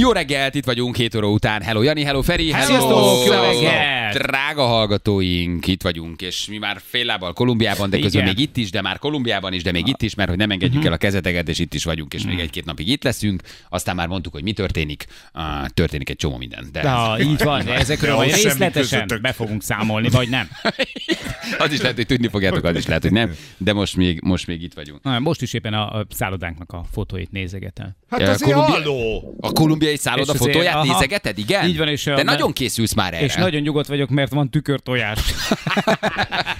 Jó reggelt, itt vagyunk 7 óra után. Hello Jani, hello Feri, hello, Sziasztok, jó Sziasztok. reggelt. Drága hallgatóink, itt vagyunk, és mi már fél lábbal Kolumbiában, de közben Igen. Mhm. még itt is, de már Kolumbiában is, de még itt is, mert hogy nem engedjük el a kezeteket, és itt is vagyunk, és még egy-két napig itt leszünk. Aztán már mondtuk, hogy mi történik. Ah, történik egy csomó minden, de Ha, így van, de ezekről De majd ahhoz semmi részletesen közöttök. be fogunk számolni, vagy nem. az is lehet, hogy tudni fogjátok, az is lehet, hogy nem, de most még, most még itt vagyunk. Na, Most is éppen a a szállodánknak a fotóit nézegetem. Hát Ja, azért Kolumbia- halló! A kolumbiai szálloda És azért, fotóját aha. nézegeted, igen? Így van, és, de ö, nagyon me- készülsz már erre. És nagyon nyugodt vagyok, mert van tükörtojás.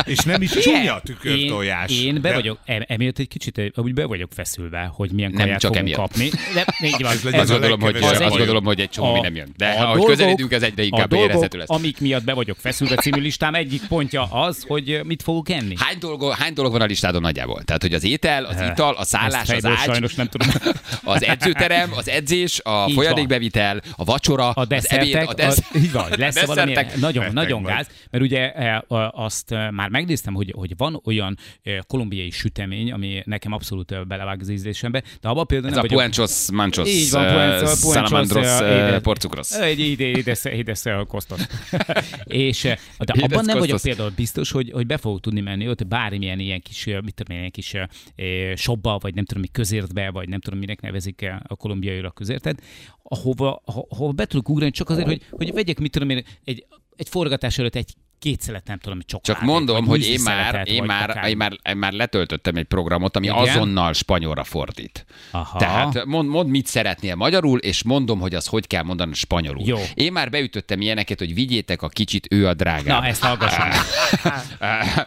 És nem is csúnya a tükörtojás. Én, én be De- vagyok, em, emiatt egy kicsit úgy be vagyok feszülve, hogy milyen Nem kaját csak fogunk emiatt. kapni. De, így van. Ez legyen azt Ez a a, gondolom, hogy, legkevesebb azt baj. gondolom, hogy egy csomó a- mi nem jön. De a ahogy dolgok- közelítünk, ez egyre a inkább dolgok, érezhető lesz. amik miatt be vagyok feszülve című listám egyik pontja az, hogy mit fogok enni. Hány, dolgo, hány dolog van a listádon nagyjából? Tehát, hogy az étel, az ital, a szállás, az fejből ágy, sajnos nem tudom. az edzőterem, az edzés, a Így folyadékbevitel, a vacsora, a az ebéd, desszertek, a dessz... a, így van, lesz valami desszertek. nagyon, Beteg nagyon vagy. gáz, mert ugye e, a- azt e, már megnéztem, hogy, hogy van olyan e, kolumbiai sütemény, ami nekem abszolút e, belevág az ízlésembe, de abban például Ez nem a vagyok... puenchos, manchos, Így van, puenco- eh, puenchos, salamandros, eh, eh, édes- porcukros. Egy ide, ide, ide, ide kosztos. És, eh, de Édes abban nem vagyok kosztos. például biztos, hogy, hogy be fogok tudni menni ott bármilyen ilyen kis, eh, mit tudom, én, ilyen kis eh, shopba, vagy nem tudom, mi közértbe, vagy nem tudom, minek nevezik eh, a kolumbiai a közértet, ahova, ho- hova be tudok ugrani, csak azért, hogy, hogy vegyek, mit tudom én, egy, egy forgatás előtt egy két szelet, nem tudom, csokoládét. Csak mondom, vagy hogy én műzliszeletet, már, én, vagy már, akár- én, már, én már letöltöttem egy programot, ami Igen? azonnal spanyolra fordít. Aha. Tehát mond, mond, mit szeretnél magyarul, és mondom, hogy az hogy kell mondani spanyolul. Jó. Én már beütöttem ilyeneket, hogy vigyétek a kicsit, ő a drágá. Na, ezt hallgassam. meg.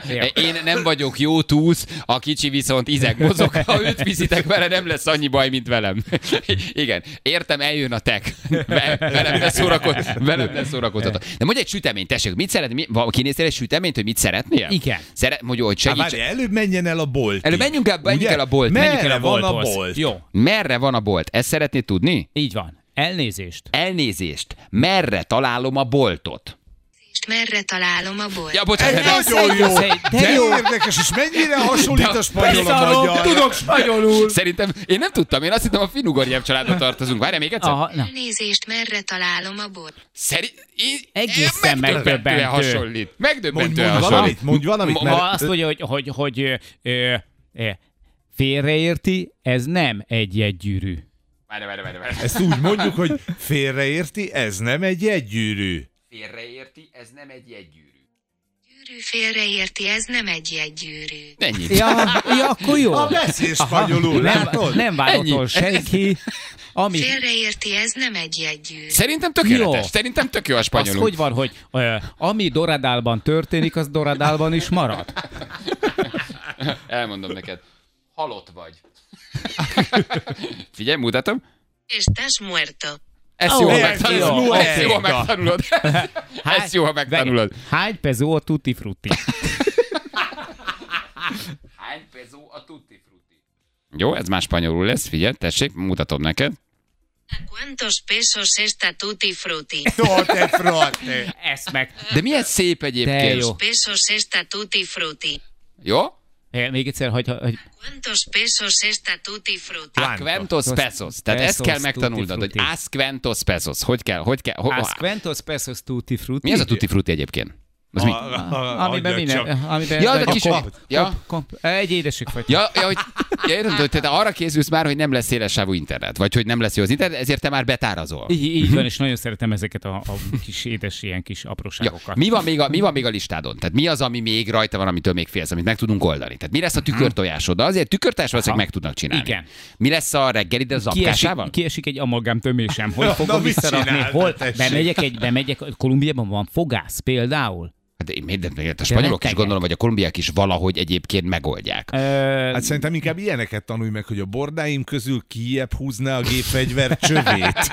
Jó. Én nem vagyok jó túsz, a kicsi viszont izeg mozog. Ha őt viszitek vele, nem lesz annyi baj, mint velem. Igen, értem, eljön a tek. Ve- Velem ne, szórakod, velem ne szórakoztatok. De mondj egy süteményt, tessék, mit szeret, mi, va- kinéztél egy süteményt, hogy mit szeretnél? Igen. Szeret, mondjuk, hogy Hát segíts. várj, előbb menjen el a bolt. Előbb menjünk el- menjünk el a boltig. Merre Menjünk Menjünk el van a bolthoz. bolt? Jó, Merre van a bolt? Ezt szeretnéd tudni? így van. Elnézést. Elnézést, merre találom a boltot? Most merre találom a bolt? Ja, bocsánat, Ez nagyon jó! ez egy- de De jó. érdekes, és mennyire hasonlít a spanyol a Beszarok, magyar. tudok spanyolul. Szerintem, én nem tudtam, én azt hittem a finugorjev családba tartozunk. Várj még egyszer. Aha, na. Elnézést, merre találom a bolt? Szeri... Én... Egészen megdöbbentően megdöbbentő. hasonlít. Mondj, Megdöbbentően mondj hasonlít. valamit, mondj valamit, Ma- Ma mert azt mondja, hogy, hogy, hogy ö, ö, ö, félreérti, ez nem egy gyűrű. Várj, várj, várj, várj. ezt úgy mondjuk, hogy félreérti, ez nem egy egygyűrű. Félreérti, ez nem egy jegygyűrű. Gyűrű félreérti, ez nem egy jegygyűrű. Ennyi. Ja, ja, akkor jó. Ah, Ha beszél spanyolul, nem, látod? nem válaszol Ennyi. senki, ami Félreérti, ez nem egy jegygyűrű. Szerintem tökéletes. Jó. Szerintem tök jó a az spanyolul. hogy van, hogy ö, ami Doradálban történik, az Doradálban is marad. Elmondom neked. Halott vagy. Figyelj, mutatom. Estás muerto. Ezt Ó, jó, ha ez megtanulod. jó. Hát, Ezt jó, ha Muerta. megtanulod. Ezt jó, ha megtanulod. Hány pezó a tutti frutti? Hány pezó a tutti frutti? Jó, ez más spanyolul lesz, figyelj, tessék, mutatom neked. ¿A cuántos pesos esta tutti frutti? Tolte frotte. Ezt meg. De milyen szép egyébként. De jó. Pesos esta tutti frutti. Jó? É, Még egyszer, hogy, hogy ¿Cuántos pesos esta tutti frutti? Cuántos. Quantos pesos. Tehát Pesos, ezt kell tutti megtanulnod, hogy frutti. as quantos pesos. Hogy kell, hogy kell. Ho, az quentos pesos tutti frutti. mi ez a tutti frutti egyébként? Az mi? Amiben minden, amiben Ja, vagy- de kis... kop- Ja, kop- egy édesük ja, ja, hogy, ja, értem, hogy te arra készülsz már, hogy nem lesz széles sávú internet, vagy hogy nem lesz jó az internet, ezért te már betárazol. Így, így van, és nagyon szeretem ezeket a, a kis édes ilyen kis Ja, apróságokat. mi, van még a, mi van még a listádon? Tehát mi az, ami még rajta van, amitől még félsz, amit meg tudunk oldani? Tehát mi lesz a tükörtojásod? De Azért tükörtojás valószínűleg meg tudnak csinálni. Igen. Mi lesz a reggelid az Kiesik, apkásával? kiesik egy amalgám tömésem, hol fogom mit visszarakni, csináltad, hol tessék? bemegyek, egy, bemegyek, Kolumbiában van fogász például. Hát én mindent meg, a spanyolok is rettegek. gondolom, vagy a kolumbiák is valahogy egyébként megoldják. Ö, Hát szerintem inkább ilyeneket tanulj meg, hogy a bordáim közül kiebb húzná a gépfegyver csövét.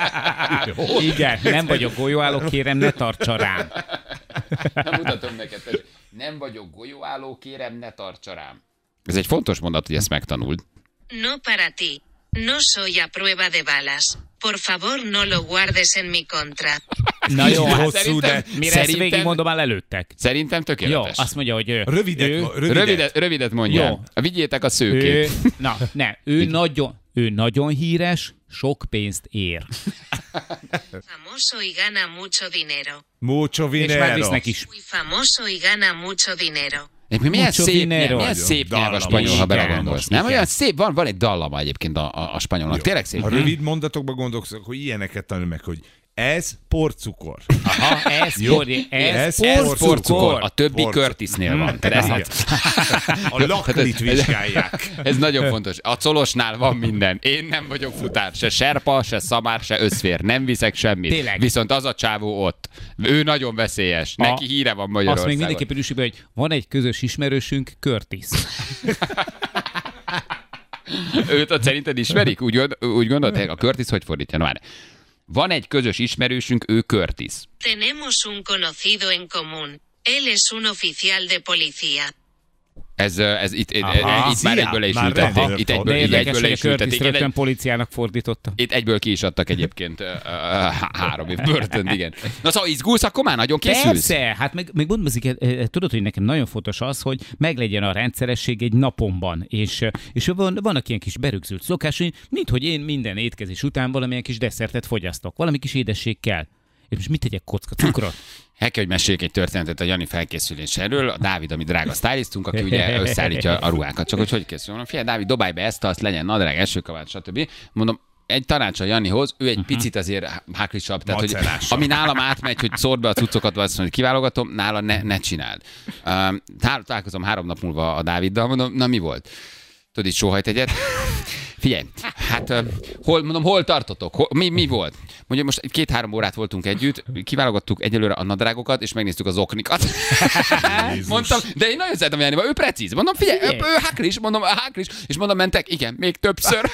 igen, nem vagyok golyóálló, kérem, ne tartsa rám. Nem mutatom neked. Peti. Nem vagyok golyóálló, kérem, ne tartsa rám. Ez egy fontos mondat, hogy ezt megtanuld. No para ti. No soy a prueba de balas. Por favor, no lo guardes en mi contra. Na jó, Kicsit hát hosszú, de... szerintem- mire ezt Szerintem- végigmondom, már lelőttek. Szerintem Jó, tökéletes. azt mondja, hogy ő, Rövidet, ő, rövidet. Rövidet, rövidet mondjál. Jó. Vigyétek a ő, szőkét. na, ne, ő nagyon, ő nagyon híres, sok pénzt ér. Famoso y gana mucho dinero. Múcsó És már Vinero. visznek is. Muy famoso y gana mucho dinero. Egyébként milyen Mucho szép, nyelv, dinero. milyen szép nyelv a Dallamos. spanyol, ha Igen, belegondolsz. most Nem igen. olyan szép, van, van egy dallama egyébként a, a, a spanyolnak. Tényleg szép. Hm. Ha rövid mondatokban gondolsz, akkor ilyeneket tanul meg, hogy ez porcukor. Aha, ez, porri, ez, Ez ez porcukor. Porcukor, a többi Porcukor. Curtisnél van. Tehát ez, hát- Igen. A laklit vizsgálják. Ez nagyon fontos. A colosnál van minden. Én nem vagyok futár, se serpa, se szamár, se összfér. Nem viszek semmit. Tényleg. Viszont az a csávó ott, ő nagyon veszélyes. Neki híre van Azt Magyarországon. még mindenképpen üssük be, hogy van egy közös ismerősünk, Curtis. Őt ott szerinted ismerik? Úgy, gond- úgy gondolod, a Curtis hogy fordítja? Na, várj. van egy közös ismerősünk, ő Curtis. Tenemos un conocido en común. Él es un oficial de policía. Ez, ö, ez itt, itt, Aha. itt már Szia, egyből le is már ültették. rendőr Itt volt. egyből, De így érdekes, egyből le hogy a is Curtis ültették. Én rögtön egy- policiának fordította. Itt egyből ki is adtak egyébként ö, ö, há- három év börtönt, igen. Na szóval izgulsz, akkor már nagyon készülsz. Persze, hát meg, meg mondom, azért, eh, eh, tudod, hogy nekem nagyon fontos az, hogy meglegyen a rendszeresség egy napomban, és, eh, és van, vannak ilyen kis berögzült szokásai, mint hogy én minden étkezés után valamilyen kis desszertet fogyasztok, valami kis édesség kell. És most mit tegyek kocka cukrot? El kell, hogy meséljék egy történetet a Jani felkészüléséről. A Dávid, ami drága stylistunk, aki ugye összeállítja a ruhákat. Csak hogy hogy készül? Mondom, figyelj, Dávid, dobálj be ezt, azt legyen nadrág, esőkavát, stb. Mondom, egy tanács a Janihoz, ő egy uh-huh. picit azért háklisabb, tehát hogy Macerásabb. ami nálam átmegy, hogy szórd be a cuccokat, vagy azt mondja, hogy kiválogatom, nála ne, ne csináld. Um, tá- találkozom három nap múlva a Dáviddal, mondom, na mi volt? Tudod, itt sóhajt egyet. Figyelj, hát ö, hol, mondom, hol tartotok? Hol, mi, mi volt? Mondjuk most egy- két-három órát voltunk együtt, kiválogattuk egyelőre a nadrágokat, és megnéztük az oknikat. mondtam, de én nagyon szeretem járni, ő precíz. Mondom, figyelj, ő, ő háklis, mondom, háklis, és mondom, mentek, igen, még többször.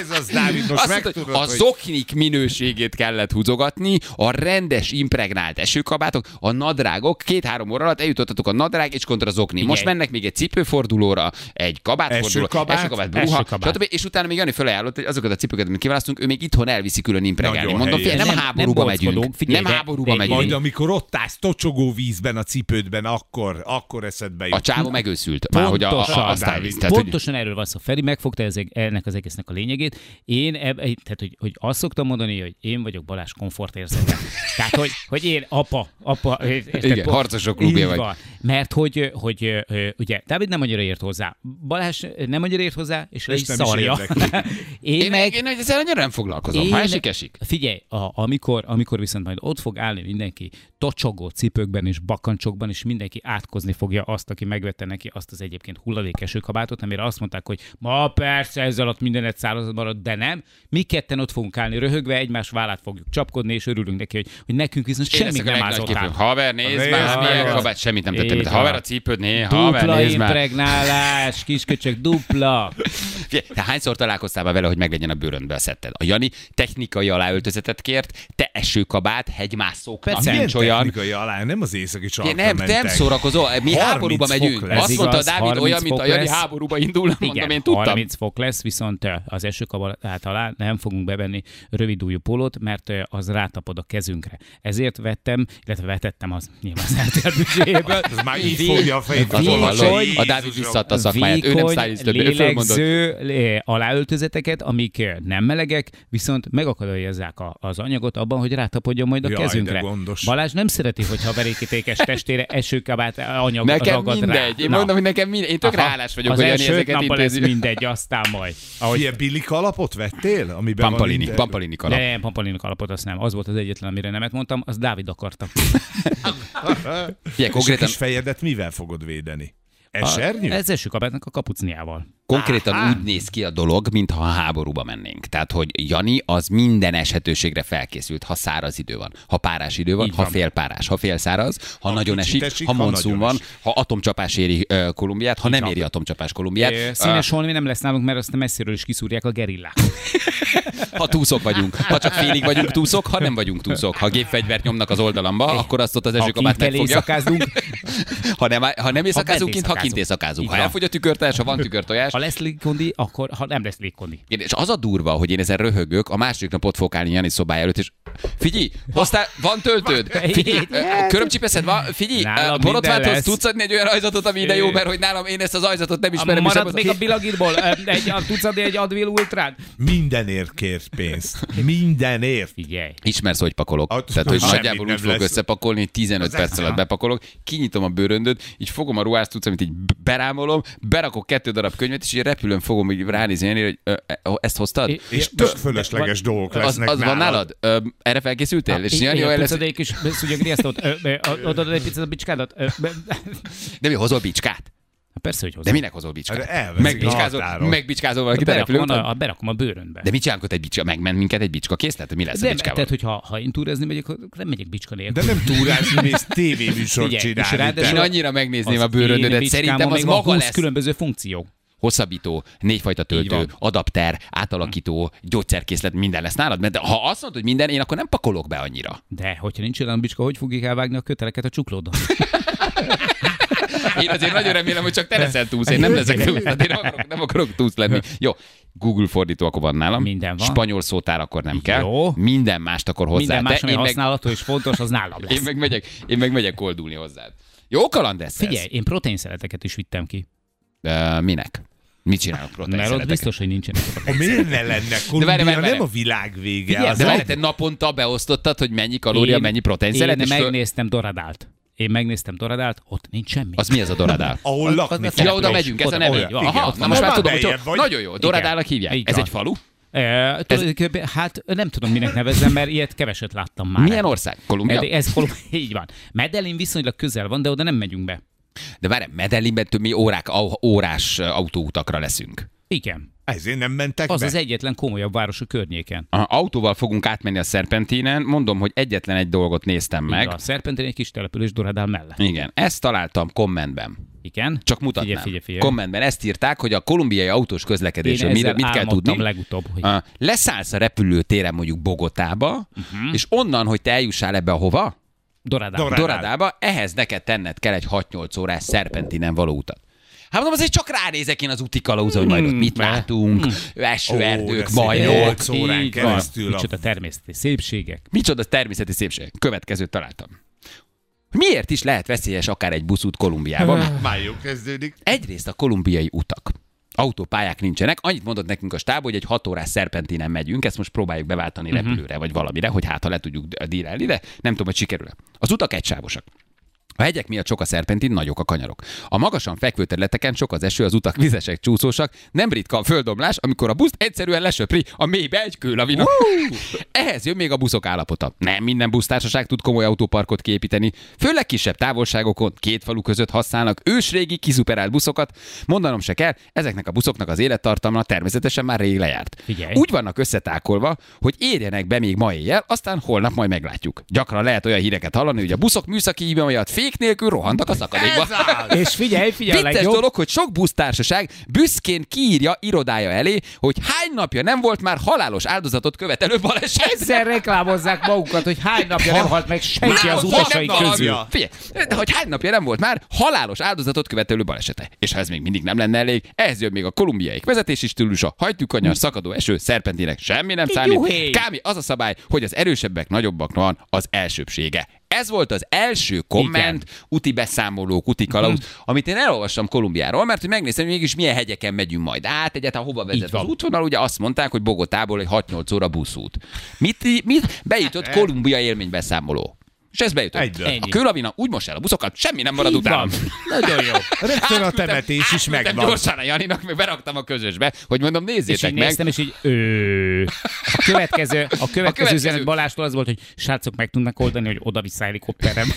Ez az, Dávid, most Azt mondta, megtudod, hogy a hogy- zoknik minőségét kellett húzogatni, a rendes impregnált esőkabátok, a nadrágok, két-három óra alatt eljutottatok a nadrág és kontra zokni. Most Igen. mennek még egy cipőfordulóra, egy kabátfordulóra, Esőkabát, esőkabát, bruha, esőkabát. stb. És utána még Jani felajánlott, hogy azokat a cipőket, amit kiválasztunk, ő még itthon elviszi külön impregnálni. Nagyon Mondom, helyes. figyelj, nem, Nem- háborúba nem megyünk. bockodunk, figyelj, Nem de- háborúba de- megyünk. Majd amikor ott állsz tocsogó vízben a cipődben, akkor, akkor eszedbe jut. A csávó megőszült, már hogy a, a, a, a stylist. Tehát, hogy Pontosan erről van szó. Feri megfogta ezek, ennek az egésznek a lényegét. Én eb, tehát, hogy, hogy azt szoktam mondani, hogy én vagyok Balázs komfortérzete. tehát, hogy, hogy én apa, apa. Érted, Igen, pont- harcosok klubja Így vagy. van. Mert hogy, hogy ö, ugye Dávid nem annyira ért hozzá, Balázs nem annyira ért hozzá, és le És is nem is szarja. érdekli. én, én, meg... én, én ezzel annyira nem foglalkozom. Én... Ha esik, esik. Figyelj, a, amikor, amikor viszont majd ott fog állni mindenki tocsogó cipőkben és bakancsokban, és mindenki átkozni fogja azt, aki megvette neki azt az egyébként hulladékeső kabátot, amire azt mondták, hogy ma persze ez alatt mindenet szárazat marad, de nem. Mi ketten ott fogunk állni röhögve, egymás vállát fogjuk csapkodni, és örülünk neki, hogy, hogy nekünk viszont Én semmi leszek a nem legnagy ázott képű. rá. Haver, nézd Nézd már, már. milyen kabát, semmit nem tettem. Így De haver van. a cipőd, né, haver, Dupla nézd már. impregnálás, kisköcsök, dupla. Figyelj, Te hányszor találkoztál már vele, hogy meglegyen a bőröndbe a szetted? A Jani technikai aláöltözetet kért, te esőkabát, hegymászóknak Persze. nincs Milyen olyan. technikai alá, nem az északi Ja, sarkra nem, nem mentek. szórakozó, mi 30 háborúba fok megyünk. lesz. Azt Ez mondta a igaz, Dávid 30 olyan, mint a fok Jani lesz. háborúba indul, mondom, Igen, én tudtam. 30 fok lesz, viszont ö, az esőkabát alá nem fogunk bevenni rövid ujjú pólót, mert ö, az rátapad a kezünkre. Ezért vettem, illetve vetettem az nyilván az RTL büdzséjéből. Ez már így fogja a fejét. Az Vékony- olvasó. A Dávid Jézusom. visszadta a szakmáját, ő nem stylist többé, ő fölmondott. lélegző lé- aláöltözeteket, amik ö, nem melegek, viszont megakadályozzák a, az anyagot abban, hogy rátapodjon majd a Jaj, de kezünkre. gondos. Balázs nem szereti, hogyha verékítékes testére esőkabát anyag Nekem ragad rá. mindegy. Én Na. mondom, hogy nekem mindegy. Én tök Aha, rálás vagyok, az hogy Jani első öt ezeket napban lesz intézi. mindegy, aztán majd. Ahogy Ilyen billik alapot vettél? Amiben van Pampalini, minden? Pampalini kalap. De nem, Pampalinak alapot azt nem. Az volt az egyetlen, amire nemet mondtam, az Dávid akarta. Figyelj, És a konkrétan, kis fejedet mivel fogod védeni? Esernyő? Ez első kabátnak a kapucniával. Konkrétan Aha. úgy néz ki a dolog, mintha a háborúba mennénk. Tehát, hogy Jani az minden eshetőségre felkészült, ha száraz idő van, ha párás idő van, Így ha van. fél párás, ha fél száraz, ha, Ha nagyon kicsit esik, esik, ha ha monszum nagyon van, esik. ha atomcsapás éri uh, Kolumbiát, ha nem van. éri atomcsapás Kolumbiát, Ö, ö, Színes holmi nem lesz nálunk, mert azt messziről is kiszúrják a gerillák. ha túszok vagyunk, ha csak félig vagyunk túszok, ha nem vagyunk túszok, ha gépfegyvert nyomnak az oldalamba, akkor azt ott az Ha esőkabát kint kell megfogja. éjszakázunk, Ha nem, ha nem éjszakázunk bent kint, ha kint éjszakázunk. éjszakázunk. Így Ha van. elfogy a tükörtojás, ha van tükörtojás, ha lesz légkondi, akkor ha nem lesz légkondi. Igen, és az a durva, hogy én ezen röhögök, a második nap ott fogok állni Jani szobája előtt, és Figyelj, hoztál, van töltőd? Figyelj, ö, körömcsipeszed van? Figyelj, Nálam ö, minden borotváthoz lesz. tudsz adni egy olyan ajzatot, ami ide jó, mert hogy nálam én ezt az ajzatot nem ismerem. és Maradt ebből- még a bilagirból? Ö, Egy, a- tudsz adni egy Advil Ultrát? Mindenért kérsz pénzt. Mindenért. Figyelj. Ismersz, hogy pakolok. Att- Tehát, hogy semmit nagyjából nem úgy fogok lesz. összepakolni, hogy 15 perc alatt bepakolok, kinyitom a bőröndöt, így fogom a ruházt tudsz, amit így b- berámolom, berakok kettő darab könyvet, és így repülön fogom így ránézni, Jani, hogy ö, e- ó, ezt hoztad? É- És é- tök fölösleges dolgok Az, lesznek az van nálad? Ö, erre felkészültél? És Jani, olyan lesz, Pucadék is, szúgyog riasztott. Ö, ö, Odaadod egy picit a bicskádat? Ö, ö, de mi hozol bicskát? Hát Persze, hogy hozzá. De minek hozol bicskát? Hát elveszik a Megbicskázol, határon. megbicskázol valakit a Berakom, repülőn? a, a, berakom a bőrönbe. De mit csinálunk ott egy bicska? Megment minket egy bicska kész? Tehát mi lesz a nem, bicskával? tehát, hogyha ha én túrezni megyek, akkor nem megyek bicska De nélkül. nem túrázni mész tévéműsort Figyelj, és csinálni. ráadásul- te. Én az- annyira megnézném Az a bőröndödet, én szerintem bicskámon az még van maga 20 lesz. különböző funkció. hosszabbító, négyfajta töltő, van. adapter, átalakító, gyógyszerkészlet, minden lesz nálad? Mert ha azt mondod, hogy minden, én akkor nem pakolok be annyira. De hogyha nincs olyan bicska, hogy fogjuk elvágni a köteleket a csuklódon? Én azért nagyon remélem, hogy csak te leszel túsz, én nem leszek túsz, tehát én nem akarok, nem akarok túsz lenni. Jó, Google fordító akkor van nálam. Minden van. Spanyol szótár akkor nem kell. Jó. Minden mást akkor hozzá. Minden más, ami én, meg, használható és fontos, az nálam lesz. én meg megyek, én meg megyek koldulni hozzád. Jó kaland lesz Figyelj, én proteinszeleteket is vittem ki. Ez. Ö, minek? Mit csinálok Mert ott proteinszeleteket? biztos, hogy nincsenek. Ha miért ne lenne várj, várj, Kolumbia? várj. Nem a világ vége. Figyelj, az de a- várj, te naponta beosztottad, hogy mennyi kalória, Én- mennyi proteinszelet, Én és föl- megnéztem Doradált. Én megnéztem Doradált, ott nincs semmi. az mi ez a doradál? Ahol lakni az- Ja, kell. oda Teplés. megyünk, ez a Oda neve. megyünk. Igen, Aha, ott na van. most már Na, tudom, hogy beljebb hol- vagy. nagyon jó. Doradának hívják. Így Ez van. egy falu? E, tulajdonképpen, Hát nem tudom, minek nevezzem, mert ilyet keveset láttam már. Milyen ország? Kolumbia? Ez, ez Kolum- így van. Medellin viszonylag közel van, de oda nem megyünk be. De várj, Medellinben több mi órák, au- órás ö, autóutakra leszünk. Igen. Ezért nem mentek Az be. az egyetlen komolyabb város a környéken. A autóval fogunk átmenni a szerpentinen, mondom, hogy egyetlen egy dolgot néztem Meg? meg. A Szerpentén egy kis település Doradál mellett. Igen, ezt találtam kommentben. Igen. Csak mutatnám. Figyelj, figyelj, figyelj. Kommentben ezt írták, hogy a kolumbiai autós Én közlekedésről ezzel mit, mit kell álmodtam tudni. legutóbb, hogy Ö, Leszállsz a repülőtéren mondjuk Bogotába, Mhm. uh-huh. és onnan, hogy te eljussál ebbe a hova? Doradál. Dorá- Doradába. Doradába, ehhez neked tenned kell egy 6-8 órás szerpentinen való utat. Hát mondom, azért csak ránézek én az úti kalauzon, hogy majd Hmm, ott mit látunk, Ó, eső, de erdők, szép. majok. Nyolc órán Így van. keresztül a- Micsoda természeti szépségek. Micsoda természeti szépség. Következőt találtam. Miért is lehet veszélyes akár egy buszút Kolumbiában? Már jó kezdődik. Egyrészt a kolumbiai utak. Autópályák nincsenek, annyit mondott nekünk a stáb, hogy egy 6 órás szerpentinen megyünk, ezt most próbáljuk beváltani uh-huh. repülőre vagy valamire, hogy hát ha le tudjuk d- dírelni, de nem tudom, hogy sikerül-e. Az utak egysávosak. A hegyek miatt sok a szerpentin, nagyok a kanyarok. A magasan fekvő területeken sok az eső, az utak vizesek, csúszósak, nem ritka a földomlás, amikor a buszt egyszerűen lesöpri a mélybe egy kőlavina. Ehhez jön még a buszok állapota. Nem minden busztársaság tud komoly autóparkot kiépíteni, főleg kisebb távolságokon, két falu között használnak ősrégi, kiszuperált buszokat. Mondanom se kell, ezeknek a buszoknak az élettartamra természetesen már rég lejárt. Figyelj. Úgy vannak összetákolva, hogy érjenek be még ma éjjel, aztán holnap majd meglátjuk. Gyakran lehet olyan híreket hallani, hogy a buszok műszaki hívja miatt fék nélkül rohantak a szakadékba. És figyelj, figyelj, Vicces legjobb. dolog, hogy sok busztársaság büszkén kiírja irodája elé, hogy hány napja nem volt már halálos áldozatot követelő baleset. Ezzel reklámozzák magukat, hogy hány napja nem halt meg senki Már az ott utasai van valami. közül. Figyelj, de hogy hány napja nem volt már halálos áldozatot követelő balesete. És ha ez még mindig nem lenne elég, ehhez jön még a kolumbiai vezetési stílusa, hajtűkanyar, szakadó eső, szerpentinek, semmi nem juhéj! számít. Kámi az a szabály, hogy az erősebbek nagyobbak van az elsőbsége. Ez volt az első komment, uti beszámolók, uti kalauz, amit én elolvastam Kolumbiáról, mert hogy megnéztem, hogy mégis milyen hegyeken megyünk majd át, egyáltalán hova vezet az útvonal, ugye azt mondták, hogy Bogotából egy 6-8 óra buszút. Mit, mit bejutott Kolumbia élménybeszámoló? És ez bejutott. Egyből. A Ennyi. kőlavina úgy most el a buszokat, semmi nem marad Így utána. van. Nagyon jó. Rögtön a Átküldtem- temetés is átküldtem megvan. Gyorsan a Janinak, még beraktam a közösbe, hogy mondom, És így nézzétek meg. néztem, és így ö, a következő, a következő, a következő. következő üzenet Balástól az volt, hogy srácok meg tudnak oldani, hogy oda-vissza helikopterem.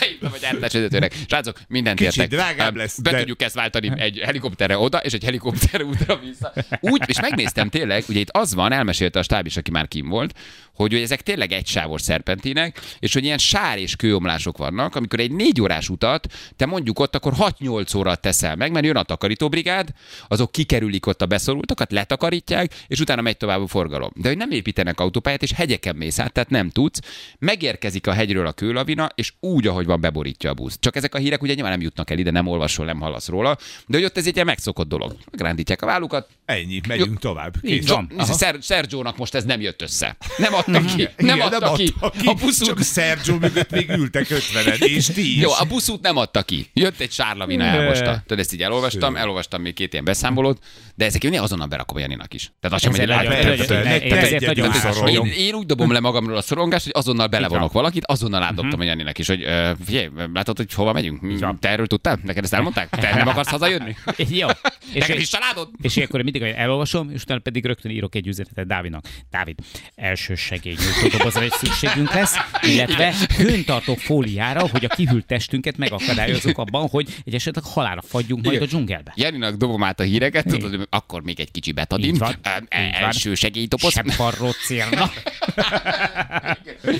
Beírtam, hogy ártásvezetőnek. Srácok, mindent Kicsit értek. drágább lesz, Be de- tudjuk ezt váltani egy helikopterre oda, és egy helikopterre útra vissza. Úgy, és megnéztem tényleg, ugye itt az van, elmesélte a stáb is, aki már kim volt, hogy, hogy ezek tényleg egysávos szerpentinek, és hogy ilyen sár és kőomlások vannak, amikor egy négy órás utat, te mondjuk ott akkor 6-8 órát teszel meg, mert jön a takarítóbrigád, azok kikerülik ott a beszorultakat, letakarítják, és utána megy tovább a forgalom. De hogy nem építenek autópályát, és hegyeken mész át, tehát nem tudsz. Megérkezik a hegyről a kőlavina, és úgy, ahogy van, beborítja a busz. Csak ezek a hírek ugye nyilván nem jutnak el ide, nem olvasol, nem hallasz róla, de hogy ott ez egy ilyen megszokott dolog. Megrándítják a vállukat. Ennyi, megyünk tovább. Kész. van. Szer- Sergio-nak most ez nem jött össze. Nem adta ki. Nem Igen, adta ki. adta A Csak buszút... Sergio mögött még ültek ötvenen, és ti is. Jó, a buszút nem adta ki. Jött egy sárlavina elmosta. Tudod, ezt így elolvastam, elolvastam még két ilyen beszámolót, de ezek jönni azonnal berakom Janinak is. Tehát azt sem, hogy Ezért egy nagyon- átvettem. nagyon- Persze, ne- ne- ezért ne- nagyon ne- áll- szarolj. Én, én úgy dobom le magamról a szorongást, hogy azonnal belevonok valakit, Mhm. azonnal átdobtam a Janinek is, hogy ö, figyelj, látod, hogy hova megyünk? Mi- Te erről tudtál? Neked ezt elmondták? Te nem akarsz hazajönni? Jó. És, Neked is és, családod? és ilyenkor mindig elolvasom, és utána pedig rögtön írok egy üzenetet Dávidnak. Dávid, első segélynyújtó dobozra egy szükségünk lesz, illetve föntartó fóliára, hogy a kihűlt testünket megakadályozzuk abban, hogy egy esetleg halára fagyjunk majd a Igen. dzsungelbe. Janinak dobom át a híreket, tudod, akkor még egy kicsi betadin, Így van. Ö, e- Így van. első segélytopoz. Sem parrocérna.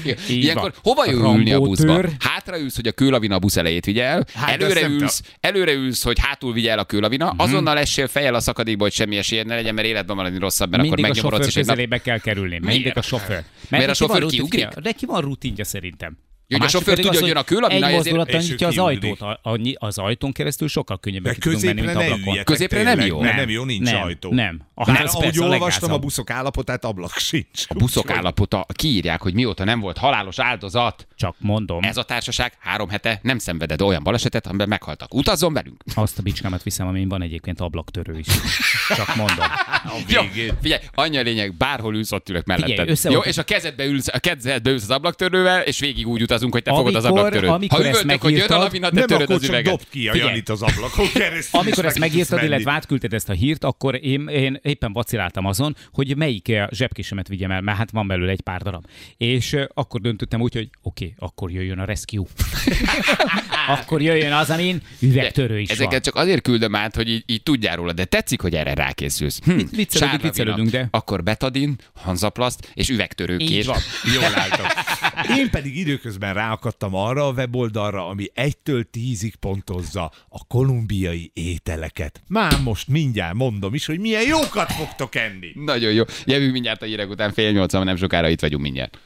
Igen. Így Ilyenkor van. hova jó ülni a Rambó buszba? tör. Hátra ülsz, hogy a kőlavina a busz elejét vigye el. Hát, de azt előre, nem ülsz, előre ülsz, hogy hátul vigye el a kőlavina. Mhm. Azonnal essél fejjel a szakadékba, hogy semmi esélyed ne legyen, mert életben maradni rosszabb, mert Mindig akkor a megnyomorodsz sofőr és egy nap... közelébe kell kerülni. Mindig Miért? a sofőr. Mert a neki van sofőr rutinja. kiugrik? Neki van rutinja szerintem. Jó, hogy a másik sofőr pedig tudja, hogy az, jön a kőlap, na, Egy ezért- mozdulattal és ő nyitja az kiugrik. ajtót. A- annyi- Az ajtón keresztül sokkal könnyebben De ki tudunk menni, középre mint ne ablakon. üljetek Középre nem tényleg, jó? mert Nem, nem jó, nincs nem, ajtó. nem. A Bár ház ahogy persze a olvastam a leggázabb. buszok állapotát, ablak sincs. A buszok állapota kiírják, hogy mióta nem volt halálos áldozat. Csak mondom, Ez a társaság három hete nem szenvedett olyan balesetet, amiben meghaltak. Utazzon velünk! azt a bicskámat viszem, amin van egyébként ablaktörő is. Csak mondom. Jó, figyelj, annyi a lényeg, bárhol ülsz, ott ülök melletted. Figyelj, össze Jó, volt- és a kezedbe ülsz, a kezedbe ülsz az ablaktörővel, és végig úgy utazunk, hogy te fogod az Amikor- ablaktörőt. amikor ha ezt üvöltök, hogy jön a megírtad, lavina, te Nem, töröd akkor az csak üveget. dobd ki a Figyelj. Janit az ablakon keresztül. és Amikor meg ezt tudsz megírtad, menni. illetve átküldted ezt a hírt, akkor én, én éppen vaciláltam azon, hogy melyik eh, zsebkésemet vigyem el, mert hát van belőle egy pár darab. És eh, akkor döntöttem úgy, hogy oké, okay, akkor jöjjön a rescue. akkor jöjjön az, amin üvegtörő is Ezeket van. csak azért küldöm át, hogy így, így tudjál róla, de tetszik, hogy erre rákészülsz. Hm, viccelődünk, sárga viccelődünk, vina. de- Akkor betadin, hanzaplaszt és üvegtörőkés. Így van. Jól álltam. Én pedig időközben ráakadtam arra a weboldalra, ami 1-től 10-ig pontozza a kolumbiai ételeket. Már most mindjárt mondom is, hogy milyen jókat fogtok enni. Nagyon jó. Jövünk mindjárt a hírek után fél nyolc, nem sokára itt vagyunk mindjárt.